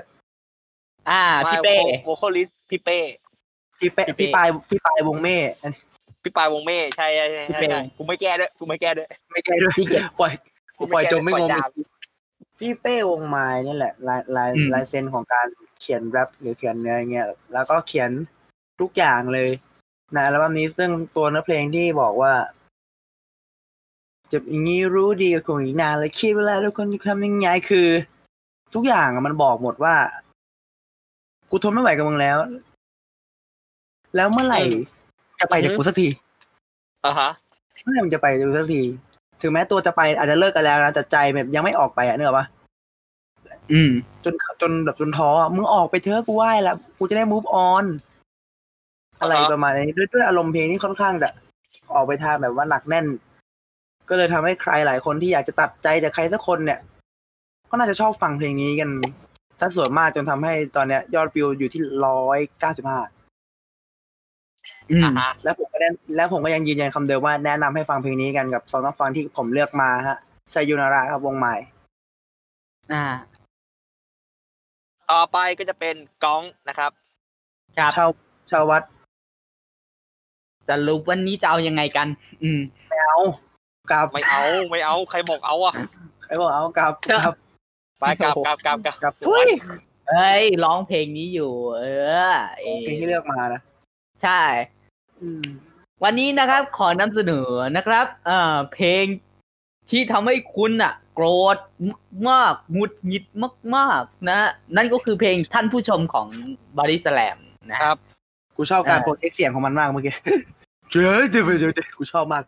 Speaker 4: อ่าพี่เป้
Speaker 3: โวคอลิสพี่เป้
Speaker 5: พี่เป้
Speaker 4: พี่
Speaker 5: พี่ป
Speaker 4: เป้
Speaker 5: ลายพี่ปลายวงเม่อันนี้
Speaker 3: พี่ปายวงเม่ใช่ใช่ใช่
Speaker 4: พี่เป้
Speaker 3: ใช่กูไม่แก้ด้วยกูไม่แก้ด้วย
Speaker 5: ไม่ใช่ด้วย
Speaker 4: พี่เกด
Speaker 5: ปล่อย
Speaker 3: กู
Speaker 5: ปล่อย
Speaker 3: แก้
Speaker 5: จ
Speaker 3: ด้ว
Speaker 5: มไม่
Speaker 3: ปล่
Speaker 5: ง
Speaker 3: อย
Speaker 5: ม
Speaker 3: ดาบ
Speaker 5: พี่เป้วงไม้นี่แหละลายลาย
Speaker 4: อืม
Speaker 5: ลายเซ็นของการเขียนแรปหรือเขียนเนื้ออย่างเงี้ยแล้วก็เขียนทุกอย่างเลยในอัลบั้มนี้ซึ่งตัวเนื้อเพลงที่บอกว่าจะอย่างนี้รู้ดีกว่าคนอีกนานเลยคิดเวแลาทุกคนจะทำยังไงคือ ทุกอย่างอะมันบอกหมดว่า กูทนไม่ไหวกับมึงแล้ว แล้วเมื่อไหร่ จะไปจากกูสักที
Speaker 3: อ่ะฮะ
Speaker 5: เมื่อไหร่มันจะไปดูสักที ถึงแม้ตัวจะไปอาจจะเลิกกันแล้วนะแต่ใจแบบยังไม่ออกไปอ่ะเนกอะปะ
Speaker 4: อืม
Speaker 5: จนจนแบบจนท้ออะมึงออกไปเถอะกูไหว้แล้วกูจะได้ move on อะไร
Speaker 3: อ่าฮะ
Speaker 5: ประมาณนี้ด้วยด้วยอารมณ์เพลงที่ค่อนข้างจะออกไปทางแบบว่าหนักแน่น ก็เลยทำให้ใครหลายคนที่อยากจะตัดใจจากใครสักคนเนี่ย ก็น่าจะชอบฟังเพลงนี้กันถ้าส่วนมากจนทำให้ตอนเนี้ย ยอดวิวอยู่ที่ร้อยเก้าสิบห้า
Speaker 4: อืม
Speaker 3: อ่ะฮะ
Speaker 5: และผมก็ได้และผมก็ยังยืนยันคำเดิมว่าแนะนำให้ฟังเพลงนี้กันกับซองนักฟังที่ผมเลือกมาฮะไซยูนาระครับวงใหม่
Speaker 4: อ่า
Speaker 3: ต่อไปก็จะเป็นก้องนะครับ
Speaker 4: ครับ
Speaker 5: ชาวชาววัด
Speaker 4: สรุปวันนี้จะเอายังไงกัน อืม
Speaker 5: แมวกับ
Speaker 3: ไม่เอาไม่เอาใครบอกเอาอ่ะ
Speaker 5: ไอ้บอกเอากับกับ
Speaker 3: ไปกลับกลับกลับกลับ
Speaker 5: กับ
Speaker 3: ทุย
Speaker 4: เอ้ย ร้องเพลงนี้อยู่ เออเอ
Speaker 5: เพลงที่เลือกมานะ
Speaker 4: ใช่ วันนี้นะครับ ขอนำเสนอนะครับ เอ่อ เพลงที่ทำให้คุณอ่ะ โกรธมากๆหงุดหงิดมาก ๆ นะ นั่นก็คือเพลงท่านผู้ชมของบอดี้สแลมนะ
Speaker 3: ครับ
Speaker 5: กูชอบการ
Speaker 4: เออ
Speaker 5: โปรเทคเสียงของมันมากเมื่อกี้ เจ๋อเดี๋ยวเดี๋ยวเดี๋ยวกูชอบมาก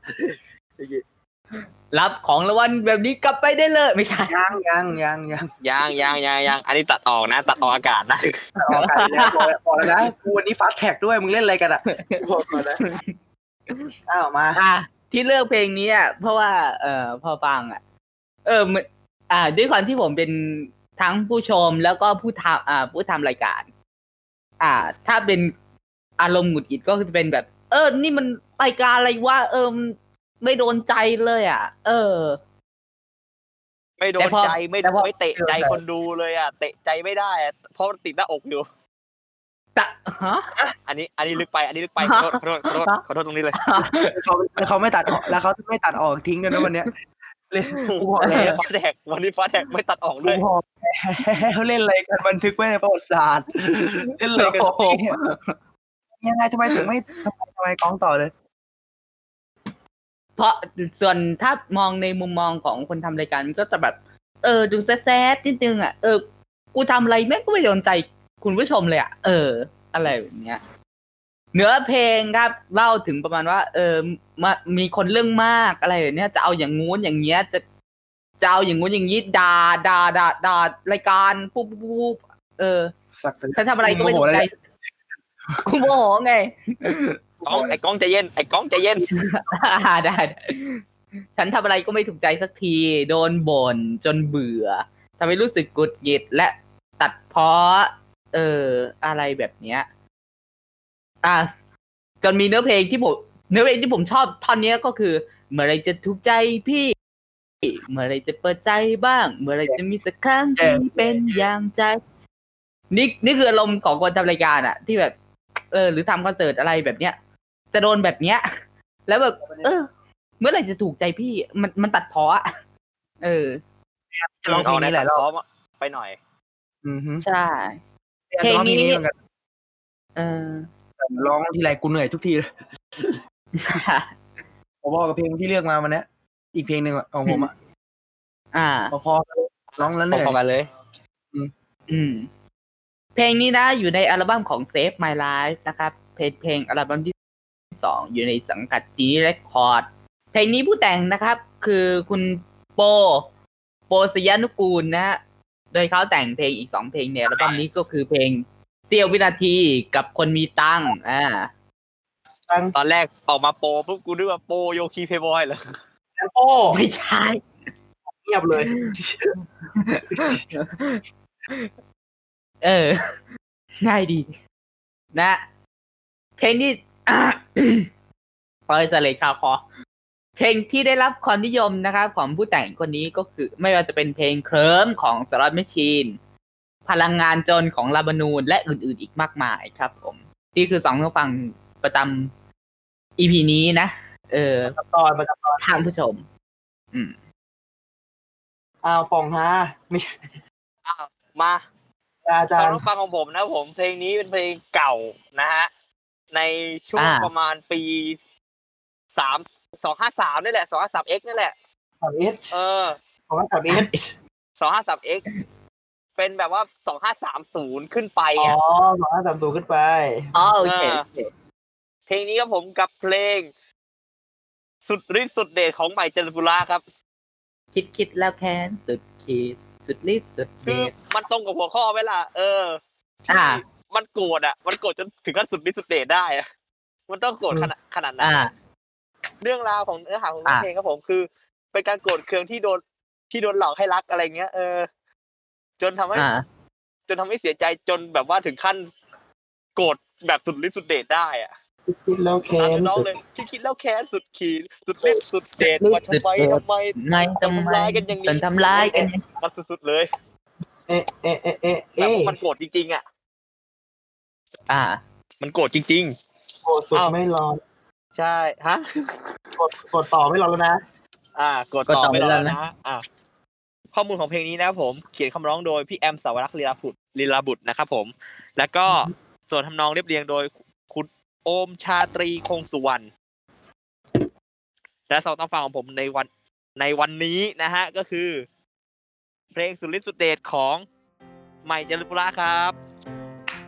Speaker 4: รับของรางวัลแบบนี้กลับไปได้เลยไม่ใช่
Speaker 5: ยังยังยังยัง
Speaker 3: ยังยังยังยังอันนี้ตัดออกนะ ตัดออกอากาศนะ
Speaker 5: ออกอากาศแล้วพอแล้วพอแล้วนะกูวันนี้ฟาสแท็กด้วยมึงเล่นอะไรกันอ่ะพอก่อนนะอ้าวมา
Speaker 4: อ่ะที่เลือกเพลงนี้อ่ะเพราะว่า เออพอฟังอ่ะ เออมันอ่า ด้วยความที่ผมเป็นทั้งผู้ชมแล้วก็ผู้ทำอ่า ผู้ทำรายการ อ่า ถ้าเป็นอารมณ์หงุดหงิดก็จะเป็นแบบ เออ นี่มันรายการอะไรวะเออมันไม่โดนใจเลย อ่ะ เออ
Speaker 3: ไม่โด
Speaker 4: แต่
Speaker 3: น
Speaker 4: พอ
Speaker 3: ใจไม่
Speaker 4: แต่พอ
Speaker 3: ไม่เตะใจคนดูเลยอ่ะเตะใจไม่ได้อะเพราะมันติดหน้าอกอยู่
Speaker 4: ตะฮะ
Speaker 3: อันนี้อันนี้ลึกไปอันนี้ลึกไปขอโทษขอโทษขอโทษขอโทษตรงนี้เลย
Speaker 5: เขาเขาไม่ตัดออกแล้วเขาไม่ตัดออกทิ้งด้วยนะวันเนี้ยเล่นกูพอ
Speaker 3: วัน
Speaker 5: แล้ว
Speaker 3: นี้ฟ้าแดกวันนี้ฟ้าแดกไม่ตัดออก
Speaker 5: กู
Speaker 3: ด้วย
Speaker 5: พอแล้วเขาเล่นอะไรกันบันทึกไว้ในประวัติศาสตร์เล่นอะไรกัน
Speaker 4: โอ้โห
Speaker 5: ยังไงทำไมถึงไม่ทำไมทำไมกล้องต่อเลย
Speaker 4: เพราะส่วนถ้ามองในมุมมองของคนทำรายการมันก็จะแบบ เออ ดูแซดๆนิดนึงอ่ะ เออ กูทำอะไรแม่งก็ไม่โดนใจคุณผู้ชมเลยอ่ะ เออ อะไรแบบเนี้ยเนื้อเพลงครับเล่าถึงประมาณว่า เออมามีคนเรื่องมากอะไรแบบเนี้ยจะเอาอย่างงู้นอย่างเงี้ย จะจะเอาอย่างงู้นอย่างงี้ด่าด่าด่าด่ารายการปุ๊บปุ๊บปุ๊บเออ
Speaker 5: สักแต่
Speaker 4: ฉันทำอะไรก็ไม่โด
Speaker 5: โมโห
Speaker 4: น
Speaker 5: อะไร
Speaker 4: ใจ
Speaker 5: เนี่ย
Speaker 4: กูโมโหไง
Speaker 3: กล้องไอ้กล้องใจเย็นไอ้กล้องใจเย็น
Speaker 4: อ่า ได้ได้ฉันทำอะไรก็ไม่ถูกใจสักที โดนบ่นจนเบื่อทำให้รู้สึกกุดหงิดและตัดเพาะเออ อะไรแบบเนี้ย อ่ะจนมีเนื้อเพลงที่ผมเนื้อเพลงที่ผมชอบท่อนเนี้ยก็คือ เมื่อไหรจะถูกใจพี่ เมื่อไหรจะเปิดใจบ้าง เมื่อไหรจะมีสักครั้งที่เป็นอย่างใจ นี่นี่คืออารมณ์ของคนทำรายการอะที่แบบ เออ หรือทำคอนเสิร์ตอะไรแบบเนี้ย จะโดนแบบเนี้ย แล้วแบบ เออ เมื่อไหรจะถูกใจพี่ มันมันตัดเพออะเออ
Speaker 5: จะลองเพลงนี้แหละรอบ
Speaker 3: ไปหน่อย
Speaker 5: อือฮึ
Speaker 4: ใช่
Speaker 5: จะร้องเพลงนี้เหมือนกัน
Speaker 4: เออ
Speaker 5: ร้องทีไรกูเหนื่อยทุกทีเลยผมบอกกับเพลงที่เลือกมาวันเนี้ยอีกเพลงหนึ่งอะของผม อะ
Speaker 4: อ่า
Speaker 5: พอๆร้องแล้วเหนื่อย
Speaker 3: พอๆกันเลย
Speaker 4: อืม เพลงนี้นะอยู่ในอัลบั้มของ Save My Life นะครับ เพลงเพลงอัลบั้มที่สองอยู่ในสังกัด G Record เพลงนี้ผู้แต่งนะครับ คือคุณโป โปสยานุกูลนะฮะโดยเขาแต่งเพลงอีกสองเพลงในอัลบั้มนี้ก็คือเพลงเสี้ยววินาทีกับคนมีตังค์อ่า
Speaker 3: ตอนแรกออกมาโปรปุ๊บกูนึกว่าโปรโยคีเพย์บอยเหรอ
Speaker 5: โอ้
Speaker 4: ไม่ใช่
Speaker 5: เงียบเลย
Speaker 4: เออ ง่ายดี นะ เพลงที่ พอยสเลคาวคอ เพลงที่ได้รับความนิยมนะครับ ของผู้แต่งคนนี้ก็คือ ไม่ว่าจะเป็นเพลงเคลิมของสล็อตแมชชีน พลังงานจนของลาบานูนและอื่นๆอีกมากมายครับผม นี่คือสองทางฝั่งประจำ EP นี้นะ เออ
Speaker 5: ตอนประจำตอน
Speaker 4: ทางผู้ชม
Speaker 5: อ้าวป่องฮาไม่ใช่
Speaker 3: มา
Speaker 5: อาจา
Speaker 3: ตา
Speaker 5: ย์
Speaker 3: ร มรับฟังของผมนะผมเพลงนี้เป็นเพลงเก่านะฮะ ในช่วง
Speaker 4: อ่า
Speaker 3: ประมาณปีสามสองห้าสามนี่แหละสองห้าสามเอ็กนี่แหละ
Speaker 5: สามเอส
Speaker 3: เออ
Speaker 5: ผมว่าสามเอ ส
Speaker 3: สองห้าสามเอ็กเป็นแบบว่าสองห้าสามศูนย์ขึ้นไป
Speaker 5: อ๋อ
Speaker 3: อ่ะ
Speaker 5: สองห้าสามศูนย์ขึ้นไป
Speaker 4: อ๋อโอเค
Speaker 3: อ่า
Speaker 4: โอเค
Speaker 3: เพลงนี้ครับผมกับเพลง สุดฤทธิ์สุดเดชของใหม่เจริญบุราครับ
Speaker 4: คิดคิดแล้วแค้นสุดขีดสุดฤทธิ์สุดเด
Speaker 3: คือ
Speaker 4: ช
Speaker 3: มันตรงกับหัวข้อไหมล่ะ เออ
Speaker 4: อ่า
Speaker 3: ที่มันโกรธอ่ะ มันโกรธจนถึงขั้นสุดฤทธิ์สุดเดชได้อะมันต้องโกรธขนาดขนาดนั้น
Speaker 4: อ่า
Speaker 3: เรื่องราวของเนื้อหาของ
Speaker 4: อ่า
Speaker 3: เพลงครับผมคือ เป็นการโกรธเคืองที่โดนที่โดนหลอกให้รักอะไรเงี้ย เออ จนทำให้
Speaker 4: อ่า
Speaker 3: จนทำให้เสียใจจนแบบว่าถึงขั้น โกรธแบบสุดฤทธิ์สุดเดชได้อ่ะ
Speaker 5: คิดแล้วแค้
Speaker 3: ตาม
Speaker 5: น
Speaker 3: น้องเลยที่คิดแล้วแค้นสุดขีดสุดฤทธิ์สุดเดชว่าทำไม
Speaker 4: สุดเดช
Speaker 3: ทำไม
Speaker 4: ไม่ทำไม
Speaker 3: ทำร้ายกันอย่างนี้
Speaker 4: จนทำร้ายกันอย่างนี้
Speaker 3: มันสุดๆเลย
Speaker 5: เอะเอะเอะเอะ
Speaker 3: แบบ
Speaker 5: เอ๊ะ
Speaker 3: ว่ามันโกรธจริงๆอ่ะ
Speaker 4: อ่า
Speaker 3: มันโกรธจริง
Speaker 5: กดสุด
Speaker 3: เอ้า
Speaker 5: ไม่รอ
Speaker 3: ๆ ใช่ฮะ
Speaker 5: กดกดต่อไม่รอแล้วนะ
Speaker 3: อ่ากด
Speaker 4: กด
Speaker 3: ต่อ
Speaker 4: ต่อ
Speaker 3: ไป
Speaker 4: ไปแล้
Speaker 3: แล้ว
Speaker 4: วนะ
Speaker 3: นะอ่าข้อมูลของเพลงนี้นะครับผมเขียนคำร้องโดยพี่แอมสาวรักษ์ลีลาบุตรลีลาบุตรนะครับผม แล้วก็ส่วนทำนองเรียบเรียงโดยคุณโอมชาตรีคงสุวรรณและสองต้องฟังของผมในวันในวันนี้นะฮะ ก็คือ เพลงสุดฤทธิ์สุดเดชของใหม่เจริญปุระครับ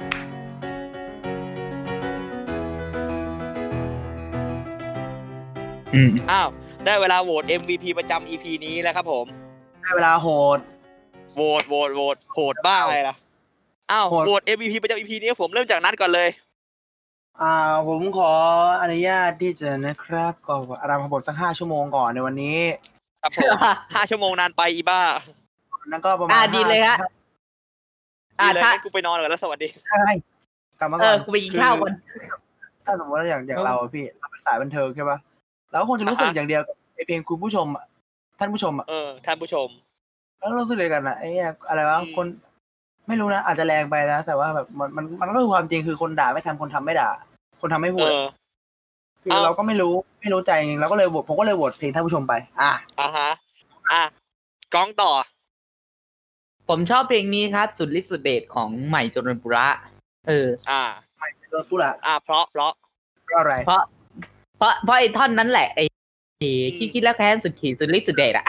Speaker 4: อืม
Speaker 3: อ้าว ได้เวลาโหวต MVP ประจำ EP นี้แล้วครับผม
Speaker 5: ได้เวลาโหด
Speaker 3: โหวตโหวตโหวตโหวตบ้าอะไรล่ะ อ้าว
Speaker 5: โหวต
Speaker 3: โหวต MVP ประจำ EP นี้ผมเริ่มจากนัดก่อนเลย
Speaker 5: อ่า ผมขออนุญาตที่จะนะครับก่อนอารามขบทสักห้าชั่วโมงก่อนในวันนี้
Speaker 3: ครับผม ห้าชั่วโมงนานไปอีบ้า
Speaker 5: นั่นก็ประมาณ
Speaker 4: อ่าดีเลยฮะ อ่า
Speaker 3: ดีเลย
Speaker 4: ถ้า
Speaker 3: งั้นกูไปนอนก่อนแล้วสวัสดี
Speaker 5: ใช่กลับมา
Speaker 4: เอ
Speaker 5: ก่อ
Speaker 4: อน กูไปกินข้าวก่อน
Speaker 5: ถ้าสมมติว่าอย่างอย่าง
Speaker 4: เออ
Speaker 5: เราอะพี่เราเป็นสายบันเทิงใช่ปะเราก็คงจะรู้สึก
Speaker 3: อ่าฮะ
Speaker 5: อย่างเดียวกับไอเพลงคุณผู้ชมอะท่านผู้ชมอะ
Speaker 3: เออ ท่านผู้ชม
Speaker 5: แล้วรู้สึกเลยกันนะไอ้เนี่ยอะไรวะ
Speaker 3: อืม
Speaker 5: คน ไม่รู้นะอาจจะแรงไปนะ แต่ว่าแบบมันมันมันก็คือความจริงคือคนด่าไม่ทำคนทำไม่ด่า คนทำไม่พู
Speaker 3: เอ
Speaker 5: ด
Speaker 3: อ
Speaker 5: คือ
Speaker 3: เอ้า
Speaker 5: เราก็ไม่รู้ไม่รู้ใจจริงเราก็เลยโหวตผมก็เลยโหวตเพลงท่านผู้ชมไป อ่ะ
Speaker 3: อ่ะฮะ อ่ะกล้องต่อ
Speaker 4: ผมชอบเพลงนี้ครับ สุดฤทธิ์สุดเดชของใหม่จรนบุระ เออ
Speaker 3: อ่า
Speaker 5: โดนพูดละ
Speaker 3: อ่าเพราะเพราะ
Speaker 5: ก็อะไร
Speaker 4: เพราะ เพราะเพราะไอ้ท่อนนั้นแหละไอ้ไอ้คิดคิดแล้วแค้นสุดขีดสุดฤทธิ์สุดเดชอะ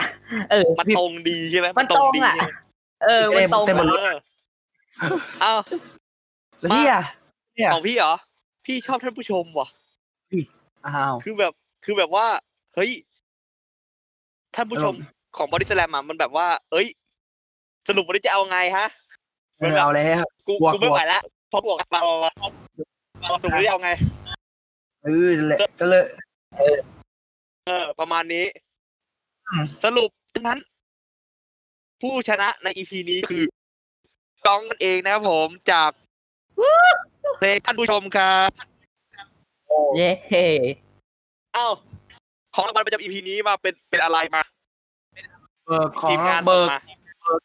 Speaker 4: เออ
Speaker 3: มันตรงดีใช่ไหม
Speaker 4: มันตรง
Speaker 3: ดี
Speaker 4: อะ
Speaker 3: ใช่ไหม
Speaker 4: เออมันตรง
Speaker 3: เออเอ้า
Speaker 5: แล้ว
Speaker 3: มา
Speaker 5: เนี่ยเนี่ย
Speaker 3: ของพี่เหรอ พี่ชอบท่านผู้ชมว่ะ
Speaker 5: อ้าว
Speaker 3: คือแบบคือแบบว่า เฮ้ย ท่านผู้ชมของบอดี้สแลมอ่ะมันแบบว่า เอ้ย สรุปวันนี้จะเอาไงฮะ
Speaker 5: เออเอาแล้ว
Speaker 3: กู
Speaker 5: บวก
Speaker 3: กูไม่
Speaker 5: บวก
Speaker 3: ไหวละพอบวกมามามามาสรุปวันนี้จะเอาไง
Speaker 5: เออแหละก็เลย
Speaker 3: เออ ประมาณนี้
Speaker 5: อืม
Speaker 3: สรุปฉะนั้น ผู้ชนะในอีพีนี้คือกล้องกันเองนะครับผมจากเพลงท่านผู้ชมครับ
Speaker 4: เย้
Speaker 3: เอ้า ของรางวัลประจำ EP นี้มาเป็นเป็นอะไรมา
Speaker 5: เบิกขอ
Speaker 3: ที
Speaker 5: ง
Speaker 3: มงาน
Speaker 5: เบิก
Speaker 3: มา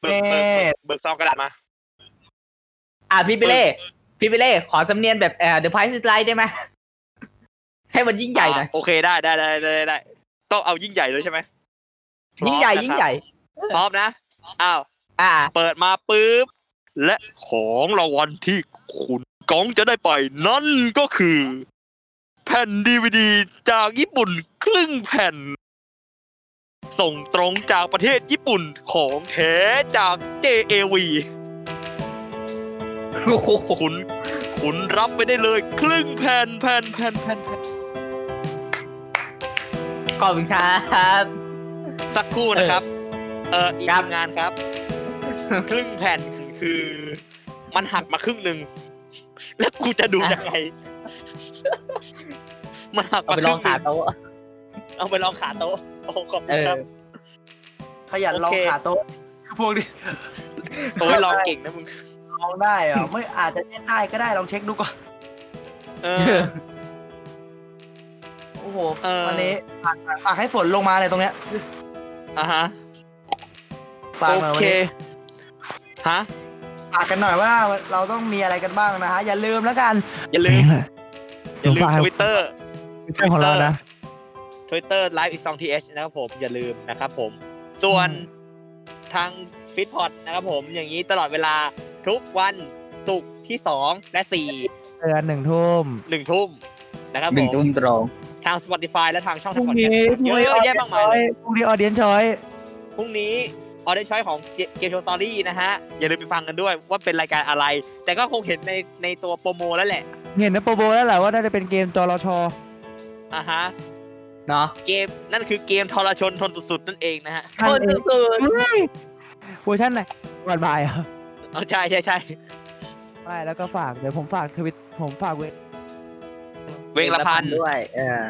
Speaker 5: เบิก
Speaker 3: เบิ
Speaker 5: เน
Speaker 3: กเบิก
Speaker 5: ต
Speaker 3: เบิกเบิกซองกระดาษมา
Speaker 4: อ่ะพี่ไปเล่พี่ไปเล่ขอสำเนียงแบบเอ่อ The Price is Right ได้ไหมให้มันยิ่งใหญ่หน่อย
Speaker 3: อ่าโอเคได้ได้ได้ได้ได้ต้องเอายิ่งใหญ่เลยใช่ไหม
Speaker 4: ยิ่งใหญ่
Speaker 3: พร้อม
Speaker 4: ยิ่งใหญ่
Speaker 3: นะครับพร้อมนะอ้าว
Speaker 4: อ่า
Speaker 3: เปิดมาปุ๊บและของรางวัลที่คุณก้องจะได้ไป นั่นก็คือ แผ่นดีวดีจากญี่ปุ่นครึ่งแผ่น ส่งตรงจากประเทศญี่ปุ่นของแท้จาก JAV คุณคุณรับไปได้เลยครึ่งแผ่นแผ่นแผ่นแผ่น
Speaker 4: ขอบคุณครับ
Speaker 3: สักครู่นะครับ เอออีก
Speaker 4: ครับ
Speaker 3: ทีมงานครับ ครึ่งแผ่นคือ มันหักมาครึ่งหนึ่ง แล้วกูจะดูยังไง มันหัก
Speaker 4: เอา
Speaker 3: มา
Speaker 4: ไป
Speaker 3: ค
Speaker 4: ล
Speaker 3: รึ่
Speaker 4: อง
Speaker 3: งห
Speaker 4: ขา
Speaker 3: นึ่ง
Speaker 4: โต๊ะ
Speaker 3: เอาไปลองขาโต๊ะโอ้ขอบคุ
Speaker 4: เอ
Speaker 3: ณ
Speaker 4: อ
Speaker 3: ครับ
Speaker 5: ขยันลอง
Speaker 3: โอเค
Speaker 5: ขาโต๊ะพวกนี้
Speaker 3: โอ้ยลองเก่งนะมึง
Speaker 5: ลองได้เหรอไม่อาจจะเล่นได้ก็ได้ลองเช็คดูก่อน
Speaker 3: เอ
Speaker 4: เอ
Speaker 3: อ
Speaker 4: อ
Speaker 5: โอ้โห
Speaker 3: เออ
Speaker 5: วันนี้ฝากฝากให้ฝนลงมาเลยตรงเนี้ย
Speaker 3: อ่ะฮะ
Speaker 5: ฝาก
Speaker 3: โอ
Speaker 5: หน่อยวัน
Speaker 3: เค
Speaker 5: นี้
Speaker 3: ฮะ
Speaker 5: ฝากกันหน่อยว่าเราต้องมีอะไรกันบ้างนะฮะ อย่าลืมแล้วกัน
Speaker 3: อย่าลืม อย่าลืมทวิตเตอร์
Speaker 5: เป็นของเรานะ
Speaker 3: ทวิตเตอร์ไลฟ์อีกสองทีเอชนะครับผม อย่าลืมนะครับผม ส่วน
Speaker 5: อืม
Speaker 3: ทางฟิตพอดนะครับผมอย่างนี้ตลอดเวลาทุกวันศุกร์ที่สองและสี่
Speaker 5: เตือนหนึ่งทุ่ม
Speaker 3: หนึ่งทุ่มนะครับ
Speaker 4: ห
Speaker 3: ผ
Speaker 4: นึ่ง
Speaker 3: ม
Speaker 4: ทุ่มตรง
Speaker 3: ทาง Spotify และทางช่อง
Speaker 5: พ
Speaker 3: ทาง
Speaker 5: รุ่ง
Speaker 3: พอดแคส
Speaker 5: นี้พ
Speaker 3: ต์
Speaker 5: รุ่ง
Speaker 3: เยอะ
Speaker 5: นี้ออเดี
Speaker 3: แยะ
Speaker 5: ยน
Speaker 3: มาก
Speaker 5: ช
Speaker 3: มาย
Speaker 5: อ
Speaker 3: เลย ย
Speaker 5: พรุ่งนี้ออเดียนชอย
Speaker 3: พรุ่งนี้ออเดนช้อยของเกมโชว์สตอรี่นะฮะ อย่าลืมไปฟังกันด้วยว่าเป็นรายการอะไร แต่ก็คงเห็นในในตัวโปรโมแล้วแหละ
Speaker 5: เห็นนะโปรโบแล้วแหละว่าน่าจะเป็นเกมจอรชอ
Speaker 3: อ่ะฮะ
Speaker 4: เนาะ
Speaker 3: เกมนั่นคือเกมทรชนทนสุดๆนั่นเองนะฮะ
Speaker 5: ท่าน
Speaker 4: โอ้ย
Speaker 5: เอง
Speaker 4: สุด
Speaker 5: เฮ้ยเวอร์ชันไหนก่อนบ่ายเหรอ
Speaker 3: เอาใช่ใช่ใช่
Speaker 5: ไม่แล้วก็ฝาก เดี๋ยวผมฝากทวิตผมฝากเวง
Speaker 4: ๆ
Speaker 3: เวงละพันธุ์
Speaker 4: ด้วย เออ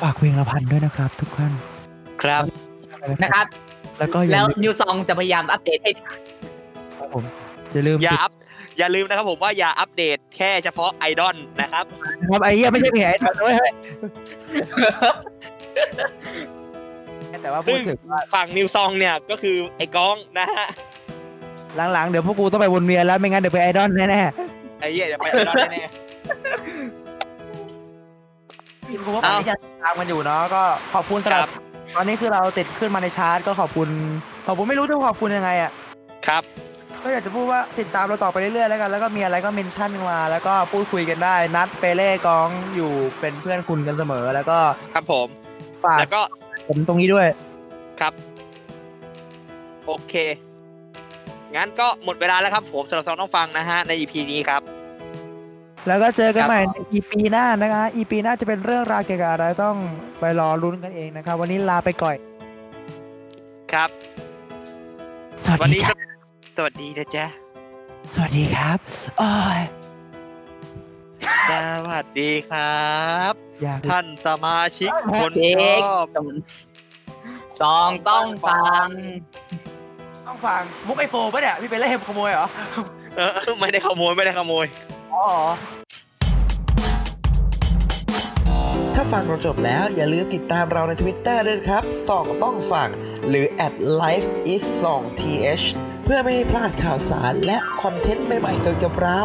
Speaker 5: ฝากเวงละพันด้วยนะครับ ทุกท่าน
Speaker 3: ครับ
Speaker 4: นะครับ
Speaker 5: แล้วก็อย่า
Speaker 4: แล้ว
Speaker 5: ลืม
Speaker 4: นิวซองจะพยายามอัปเดตให้
Speaker 5: ครับผมอย่าลืม
Speaker 3: อย่า
Speaker 5: ติด
Speaker 3: อัพอย่าลืมนะครับผมว่าอย่าอัปเดตแค่เฉพาะไอดอลนะครับ
Speaker 5: นะครับไอ้เหี้ยไม่ใช่แผลถอนด้วยเฮ้ยแต่ว่าพูดถึงว่า
Speaker 3: ฝั่งนิวซองเนี่ยก็คือไอ้ก้องนะฮะ
Speaker 5: หลังๆเดี๋ยวพวกกูต้องไปวนเวียนแล้วไม่งั้นเดี๋ยวไปไอดอลแน่ๆ
Speaker 3: ไอ้เหี้ยเดี๋ยวไปไอดอลแน่
Speaker 5: คุณผู้ฟังที่ยังติดตามกันอยู่เนาะก็ขอบคุณสำหรับตอนนี้คือเราติดขึ้นมาในชาร์ตก็ขอบคุณขอบคุณไม่รู้จะขอบคุณยังไงอ่ะ
Speaker 3: ๆครับ
Speaker 5: ก็อยากจะพูดว่าติดตามเราต่อไปเรื่อยๆแล้วกันแล้วก็มีอะไรก็เมนชั่นมา แล้วก็พูดคุยกันได้ นัดเปเล่กองอยู่เป็นเพื่อนคุณกันเสมอ แล้วก็
Speaker 3: ครับผม
Speaker 5: ฝาก
Speaker 3: แล้วก็
Speaker 5: ผมตรงนี้ด้วย
Speaker 3: โอเค งั้นก็หมดเวลาแล้วครับผมสำหรับซองต้องฟังนะฮะใน EP นี้ครับ
Speaker 5: แล้วก็เจอกัน
Speaker 4: ครับ
Speaker 5: ใหม่ใน EP หน้านะคะ EP หน้าจะเป็นเรื่องราวเกี่ยวกับอะไรต้องไปรอรุ้นกันเองนะครับวันนี้ลาไปก่อน
Speaker 3: ครับ วันนี้ก็สวัสดีนะจ๊ะ
Speaker 5: สวัสดีครับโอ้ย
Speaker 3: สวัสดีครับ
Speaker 5: อยาก
Speaker 3: ท่านสมาชิกคน
Speaker 4: เด็
Speaker 3: ช
Speaker 4: ก
Speaker 3: อบ
Speaker 4: ซองต้องฟัง
Speaker 5: ต้องฟังมุกไอโฟนปะเนี่ยพี่เป็นเล่ห์ขโมยเหรอ
Speaker 3: เออไม่ได้ขโมยไม่ได้ขโมย
Speaker 5: อ๋อ
Speaker 7: ถ้าฟังเราจบแล้วอย่าลืมติดตามเราใน Twitter ด้วยนะครับส่องต้องฟัง หรือ at life is 2 th เพื่อไม่ให้พลาดข่าวสารและคอนเทนต์ใหม่ๆเกี่ยวกับเรา